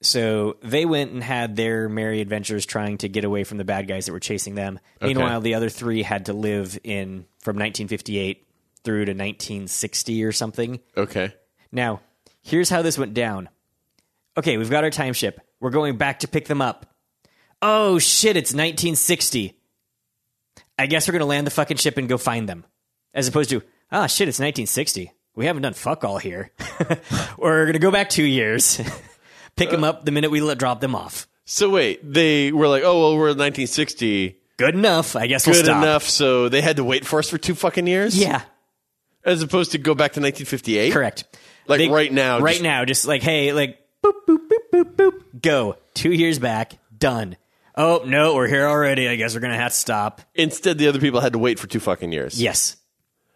So they went and had their merry adventures trying to get away from the bad guys that were chasing them. Meanwhile, the other three had to live in from 1958 through to 1960 or something.
Okay.
Now, here's how this went down. Okay, we've got our time ship. We're going back to pick them up. Oh shit, it's 1960. I guess we're going to land the fucking ship and go find them. As opposed to, ah shit, it's 1960. We haven't done fuck all here. we're going to go back 2 years.
Uh.
pick them up the minute we let, drop them off.
So wait, they were like, oh well, we're in 1960.
Good enough. I guess we'll
Good
stop.
enough. So they had to wait for us for two fucking years.
Yeah,
As opposed to go back to 1958.
correct.
Like right now,
Right
just-
now, just like hey, like boop boop boop boop boop. Go two years back. Done. Oh no, we're here already. I guess we're gonna have to stop.
Instead, the other people had to wait for two fucking years.
Yes,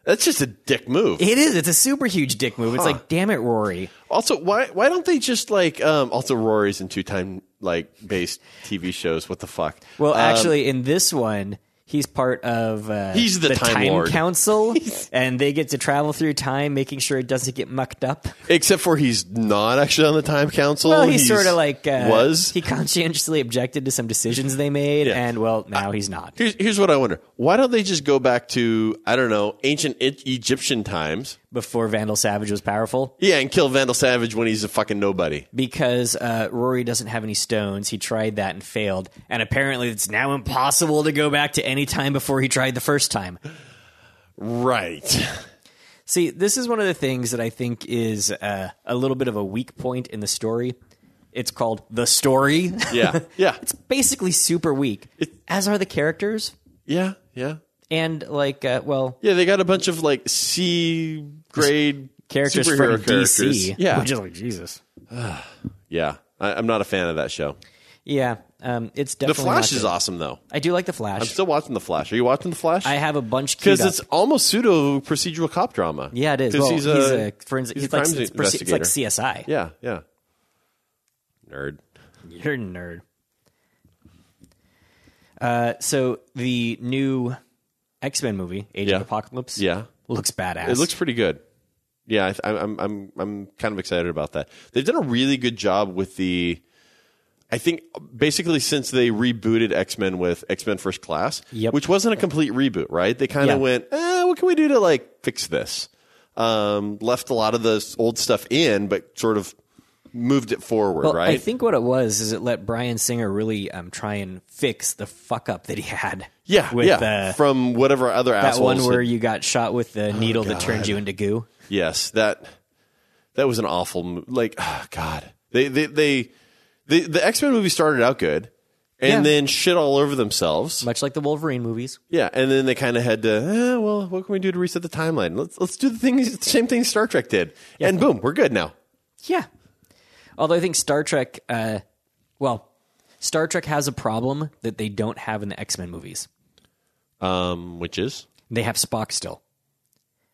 That's just a dick move.
it is. It's a super huge dick move. It's like damn it, Rory.
Also, why why don't they just like um also Rory's in two time like based TV shows? What the fuck?
Well,
Um,
actually, in this one. He's part of uh,
He's the Time Lord.
Council, and they get to travel through time, making sure it doesn't get mucked up.
except for he's not actually on the Time Council.
Well, he's, sort of like uh,
Oh, was.
he conscientiously objected to some decisions they made,
Yeah.
and well, now he's not.
Here's, here's what I wonder: Why don't they just go back to I don't know ancient e- Egyptian times?
before Vandal Savage was powerful
Yeah, and kill Vandal Savage when he's a fucking nobody.
because uh, Rory doesn't have any stones. He tried that and failed, and apparently it's now impossible to go back to any time before he tried the first time.
Right.
See, this is one of the things that I think is uh, a little bit of a weak point in the story. It's called the story.
Yeah. Yeah.
it's basically super weak, as are the characters.
yeah. Yeah.
And like, uh, well,
Yeah. They got a bunch of like C grade
characters from
superhero characters.
DC,
Yeah.
which is like Jesus.
yeah. I, I'm not a fan of that show.
Yeah, Um, it's
The
definitely not
Flash is
good.
awesome though.
I do like the Flash.
I'm still watching the Flash. Are you watching the Flash?
I have a bunch
because
queued up.
it's almost pseudo procedural cop drama.
yeah, it is.
'Cause
Well,
he's, a,
forensic.
he's a
it's like,
crimes
it's, perce- it's like
investigator.
CSI.
yeah, yeah. Nerd.
You're a nerd. Uh, so the new X Men movie, Age
Yeah.
of Apocalypse,
Yeah.
looks badass.
It looks pretty good. Yeah, I th- I'm- I'm I'm I'm kind of excited about that. They've done a really good job with the. I think basically since they rebooted X Men with X Men First Class,
Yep.
which wasn't a complete reboot, right? They kind of
Yeah.
went, eh, "What can we do to like fix this?" Um, left a lot of the s- old stuff in, but sort of moved it forward,
Well,
right?
I think what it was is it let Brian Singer really um, try and fix the fuck up that he had.
yeah,
with
yeah.
uh,
From whatever other
that
assholes Oh,
one
had-
where you got shot with the needle that turned you into goo.
Yes, that that was an awful mo- like ah, God. They they they, they the X Men movie started out good, and
Yeah.
then shit all over themselves.
Much like the Wolverine movies.
yeah, and then they kind of had to. Eh, well, what can we do to reset the timeline? Let's let's do the things the same thing Star Trek did, and boom, we're good now.
Yeah. Although I think Star Trek, uh, well, Star Trek has a problem that they don't have in the X Men movies.
Um, which is
They have Spock still.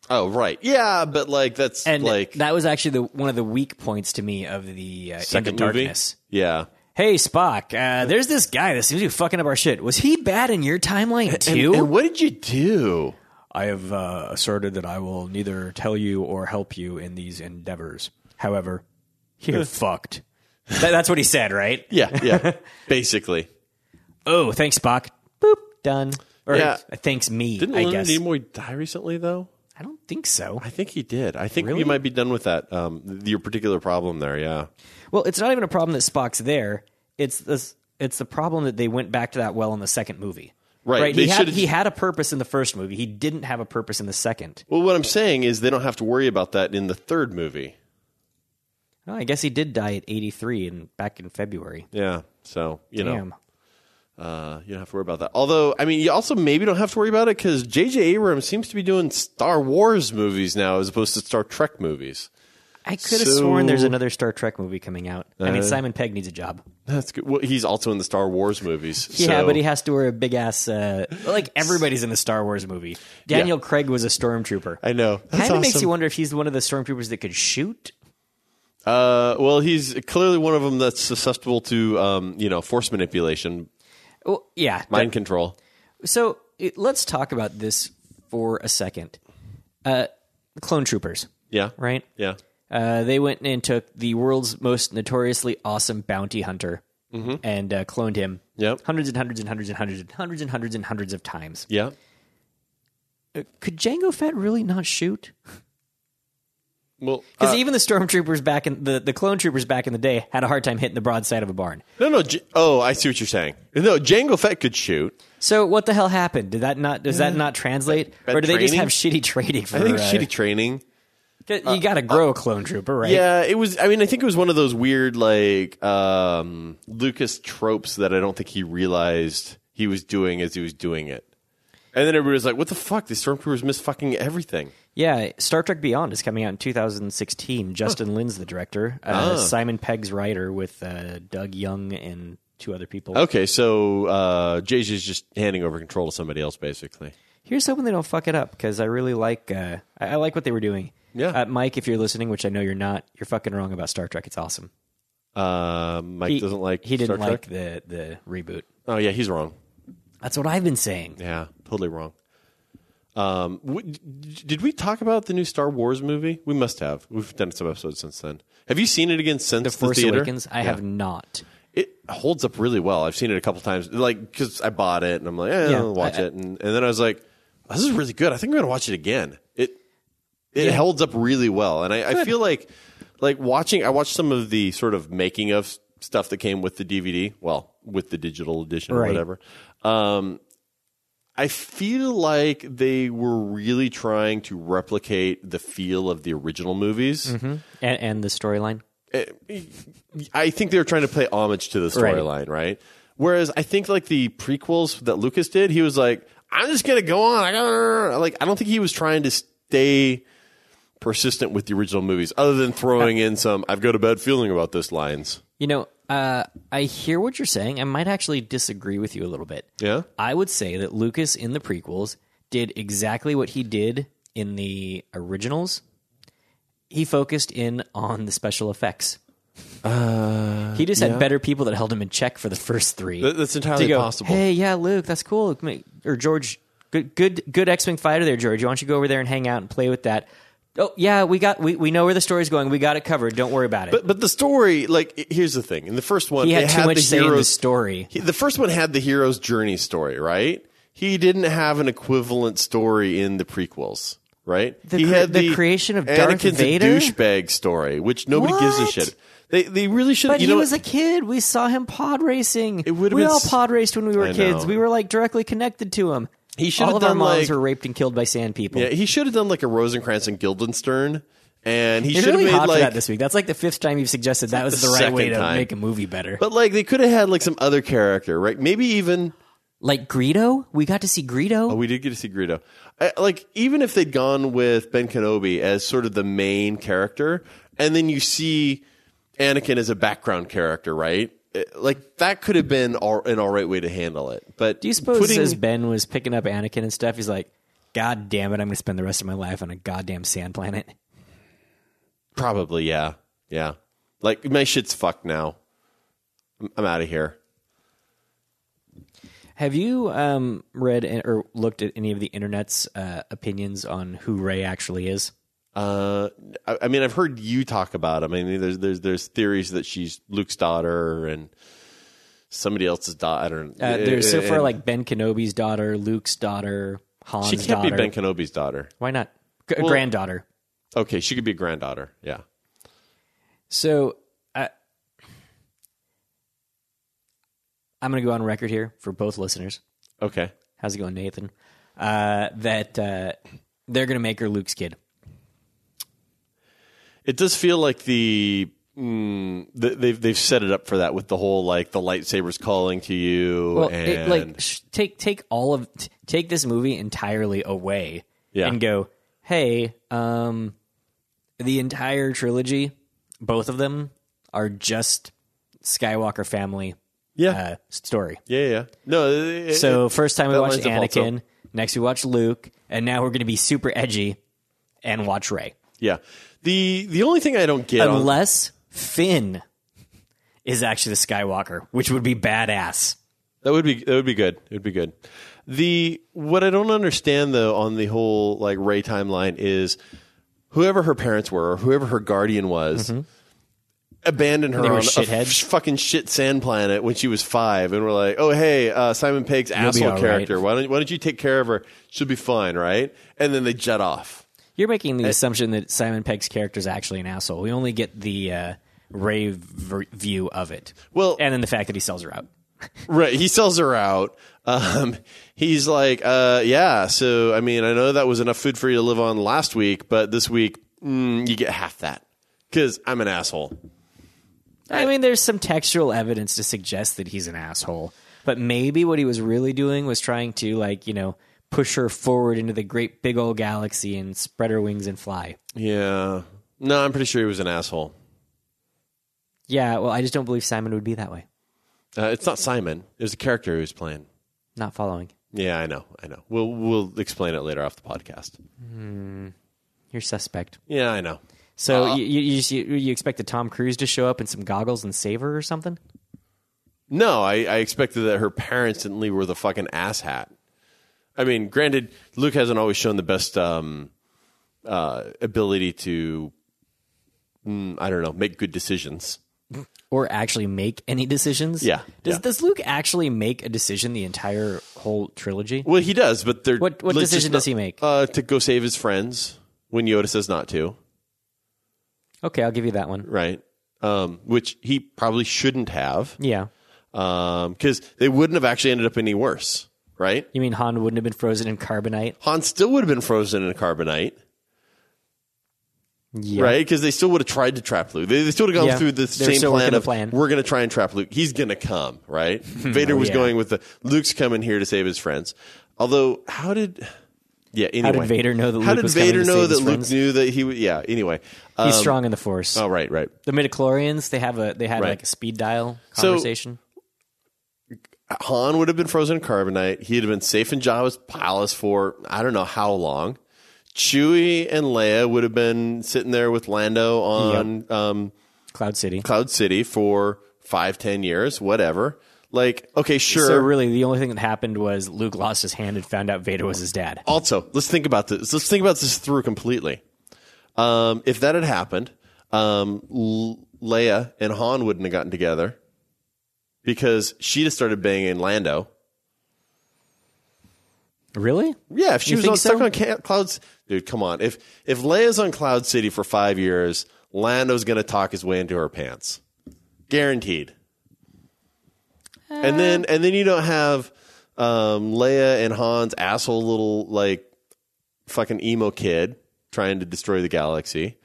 oh right, yeah, but like that's
And
like
that was actually the one of the weak points to me of the uh, Into
second movie.
Darkness.
Yeah,
Hey Spock, uh, there's this guy that seems to be fucking up our shit. Was he bad in your timeline
and,
too?
and what did you do?
I have uh, asserted that I will neither tell you or help you in these endeavors. However, you're fucked. That, that's what he said, right?
Yeah, yeah, basically.
Oh, thanks, Spock. Boop, done. Or uh,
Yeah.
thanks me,
Didn't
I
Leonard
guess.
Nimoy die recently though?
I don't think so.
I think he did. I think
Really?
you might be done with that. Um, th- your particular problem there, yeah.
Well, it's not even a problem that Spock's there. It's this. It's the problem that they went back to that well in the second movie.
Right,
He
they
had,
should've-
he had a purpose in the first movie. He didn't have a purpose in the second.
Well, what I'm saying is they don't have to worry about that in the third movie.
Oh, I guess he did die at 83 and back in February.
Yeah. So you
Damn.
know, uh, you don't have to worry about that. Although, I mean, you also maybe don't have to worry about it because J.J. Abrams seems to be doing Star Wars movies now as opposed to Star Trek movies.
I could have
So- Uh,
sworn there's another Star Trek movie coming out. I mean, Simon Pegg needs a job.
That's good. Well, he's also in the Star Wars movies.
Yeah,
so-
but he has to wear a big ass. Uh, like everybody's in the Star Wars movie. Daniel Craig was a stormtrooper.
I know. That's
Kind of makes
awesome.
you wonder if he's one of the stormtroopers that could shoot.
Uh, well, he's clearly one of them that's susceptible to um, you know force manipulation,
Well, yeah.
mind control.
So it, let's talk about this for a second. Uh, clone troopers,
Yeah.
right?
Yeah.
Uh, they went and took the world's most notoriously awesome bounty hunter and uh, cloned him.
Mm-hmm. Yep.
Hundreds and hundreds and hundreds and hundreds and hundreds and hundreds and hundreds of times.
Yeah.
Uh, Could Django Fett really not shoot?
Well,
Because even the stormtroopers back in the, the clone troopers back in the day had a hard time hitting the broadside of a barn.
No, no. J- oh, I see what you're saying. No, Jango Fett could shoot.
So what the hell happened? Did that not does that not translate,
Bad
or do they just
training?
have shitty trading? For,
I think
uh,
shitty training.
You got to grow a clone trooper, right?
Yeah, it was. I mean, I think it was one of those weird like um, Lucas tropes that I don't think he realized he was doing as he was doing it. And then everybody was like, "What the fuck? These stormtroopers miss fucking everything."
Yeah, Star Trek Beyond is coming out in 2016. Justin Lin's the director, uh,
Uh-huh.
Simon Pegg's writer, with uh, Doug Young and two other people.
Okay, so uh, JJ's just handing over control to somebody else, basically.
Here's hoping they don't fuck it up because I really like uh, I, I like what they were doing.
Yeah.
uh, Mike, if you're listening, which I know you're not, you're fucking wrong about Star Trek. It's awesome.
Uh, Mike
He
doesn't like.
He didn't
Star
like
Trek?
the the reboot.
Oh yeah, he's wrong.
That's what I've been saying.
Yeah, totally wrong. Um, w- d- did we talk about the new Star Wars movie? We must have. We've done some episodes since then. Have you seen it again since the,
Force
theater?
Awakens. I have not.
It holds up really well. I've seen it a couple times, like because I bought it and I'm like, eh,
Yeah,
I'll watch
I-
it, and, and then I was like, this is really good. I think I'm gonna watch it again. It it holds up really well, and I, I feel like like watching. I watched some of the sort of making of stuff that came with the DVD, well, with the digital edition or
Right.
whatever. Um, I feel like they were really trying to replicate the feel of the original movies.
And, and the storyline.
I think they were trying to play homage to the storyline, right. Whereas I think like the prequels that Lucas did, he was like, "I'm just gonna go on." I gotta, like I don't think he was trying to stay persistent with the original movies, other than throwing in some "I've got a bad feeling about this" lines.
You know, Uh, I hear what you're saying. I might actually disagree with you a little bit.
Yeah?
I would say that Lucas in the prequels did exactly what he did in the originals. He focused in on the special effects. he just had better people that held him in check for Uh, the first three.
That- that's entirely
to go,
possible.
Hey, yeah, Luke, that's cool. Or George, good, good, good X-wing fighter there, George. Why don't you go over there and hang out and play with that? Oh yeah, we got we, we know where the story's going. We got it covered. Don't worry about it.
But but the story, like, i- here's the thing. In the first one,
he had
it
too much
the
say in the
hero's-
story.
he- the first one had the hero's journey story, right? He didn't have an equivalent story in the prequels, right?
The
he
cre-
had
the creation of Darth
Anakin's a
Vader?
douchebag story, which nobody gives a
What?
shit. They they really should.
But
you
he
know
was
what?
a kid. We saw him pod racing. It
would've
we
been
all
s-
pod raced when we were
I
kids.
know.
We were like directly connected to him.
He should've
all of our
done,
moms
like-
were raped and killed by sand people.
yeah, he should have done like a Rosencrantz and Guildenstern, and he
it's
should have
really
made
hot
like
for that this week. That's like the fifth time you've suggested that was
the
the, right way
second
to
time.
make a movie better.
But like they could have had like some other character, right? Maybe even
like Greedo, we got to see Greedo.
oh, we did get to see Greedo. I, like even if they'd gone with Ben Kenobi as sort of the main character, and then you see Anakin as a background character, right? Eh, Like that could have been all, an all right way to handle it. But
Do you suppose
putting,
as Ben was picking up Anakin and stuff, he's like, "God damn it, I'm going to spend the rest of my life on a goddamn sand planet."
probably yeah, yeah. Like my shit's fucked now. I'm- I'm out of here.
Have you um, read an- or looked at any of the internet's uh, opinions on who Ray actually is?
Uh, I, I mean, I've heard you talk about him. I mean, there's there's there's theories that she's Luke's daughter and somebody else's daughter. I don't. Eh,
Uh, there's so far
and-
like Ben Kenobi's daughter, Luke's daughter, Han's
she can't
daughter.
be Ben Kenobi's daughter.
Why not? G- granddaughter.
Okay, she could be a granddaughter. Yeah,
So uh, I I'm going to go on record here for both listeners.
okay.
How's it going, Nathan? Uh, that uh, they're going to make her Luke's kid.
It does feel like the. Mm, th- they've they've set it up for that with the whole like the lightsabers calling to you
Well,
and
it, like sh- take take all of t- take this movie entirely away
Yeah.
and go, hey, um, the entire trilogy, both of them are just Skywalker family
yeah.
uh, story.
yeah yeah yeah. no it- it-
So first time we
that
watched
line's the fault, so-
Anakin, next we watch Luke, and now we're going to be super edgy and watch Ray,
yeah the the only thing I don't get on-
unless Finn is actually the Skywalker, which would be badass.
That would be that would be good. It would be good. The what I don't understand though on the whole like Ray timeline is whoever her parents were or whoever her guardian was abandoned her
Mm-hmm. They were
on a
shitheads.
f- fucking shit sand planet when she was five and were like, oh hey, uh, Simon Pegg's
all
asshole
right."
character. Why don't why don't you take care of her? She'll be fine, right? And then they jet off.
You're making the assumption that Simon Pegg's character is actually an asshole. We only get the uh, Ray v- view of it.
Well-
and then the fact that he sells her out.
Right. He sells her out. Um, he's like, uh, yeah. So, I mean, I know that was enough food for you to live on last week, but this week, mm, you get half that because I'm an asshole.
I mean, there's some textual evidence to suggest that he's an asshole, but maybe what he was really doing was trying to, like, you know, push her forward into the great big old galaxy and spread her wings and fly.
Yeah. No, I'm pretty sure he was an asshole.
Yeah, well, I just don't believe Simon would be that way.
Uh, it's not Simon. It was a character he was playing.
Not following.
Yeah, I know. I know. We'll, we'll explain it later off the podcast.
You're suspect.
Yeah, I know.
So you, you, you, just- you, you expected Tom Cruise to show up in some goggles and save her or something?
No, I, I expected that her parents didn't leave her with a fucking ass hat. I mean, granted, Luke hasn't always shown the best um, uh, ability to, mm, I don't know, make good decisions.
or actually make any decisions.
Yeah,
Does
yeah.
does Luke actually make a decision the entire whole trilogy?
Well, he does, but they're
What- what
let's
decision
just not-
does he make?
Uh, to go save his friends when Yoda says not to,
Okay, I'll give you that one.
right? Um, which he probably shouldn't have,
Yeah.
because they wouldn't have actually ended up any worse, right?
You mean Han wouldn't have been frozen in carbonite?
Han still would have been frozen in carbonite.
Yeah.
right? Because they still would have tried to trap Luke. They, they still would have gone
Yeah.
through the
They were
same
still
plan
working a
of
plan.
we're going to try and trap Luke. He's going to come, right? Vader was
yeah.
going with the Luke's coming here to save his friends. Although, how did Yeah. Anyway,
How did Vader know that
How
Luke
did
was coming
Vader
to
know
save
that
his
Luke
friends?
knew that he? would Yeah. Anyway,
He's
Um,
strong in the Force.
Oh, right, right.
The midichlorians, they have a they had
Right.
like a speed dial
So-
conversation.
Han would have been frozen in carbonite. He'd have been safe in Jabba's palace for I don't know how long. Chewie and Leia would have been sitting there with Lando on um,
Cloud City.
Cloud City for five, ten years, whatever. Like, okay, sure.
So really, the only thing that happened was Luke lost his hand and found out Vader was his dad.
also, let's think about this. Let's think about this through completely. Um, if that had happened, um, L- Leia and Han wouldn't have gotten together because she'd have started banging Lando.
Really?
Yeah, if she
You
was
think
on, stuck
so?
on ca- clouds, dude, come on. If if Leia's on Cloud City for five years, Lando's going to talk his way into her pants, guaranteed. and then and then you don't have um, Leia and Han's asshole little like fucking emo kid trying to destroy the galaxy.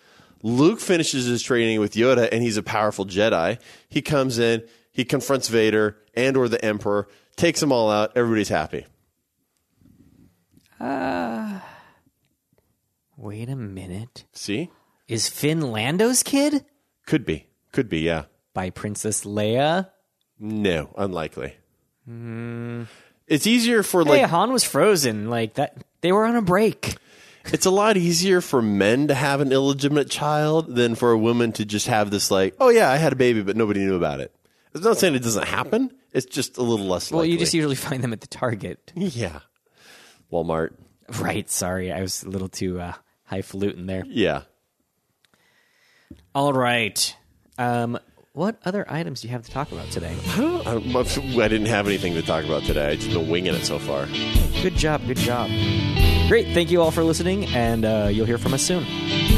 Luke finishes his training with Yoda and he's a powerful Jedi. He comes in, he confronts Vader and or the Emperor, takes them all out, everybody's happy.
Wait a minute.
See?
Is Finn Lando's kid
Could be. Could be, yeah.
by Princess Leia?
No, unlikely. It's easier for
Hey,
like
Han was frozen like that. They were on a break.
it's a lot easier for men to have an illegitimate child than for a woman to just have this like, oh yeah, I had a baby but nobody knew about it. It's not saying it doesn't happen. It's just a little less
Well,
likely.
you just usually find them at the Target.
yeah. Walmart.
right. Sorry, I was a little too uh, highfalutin there.
Yeah.
All right. Um, what other items do you have to talk about today?
I, I didn't have anything to talk about today. I just been winging it so far.
Good job. Good job. Great. Thank you all for listening, and uh, you'll hear from us soon.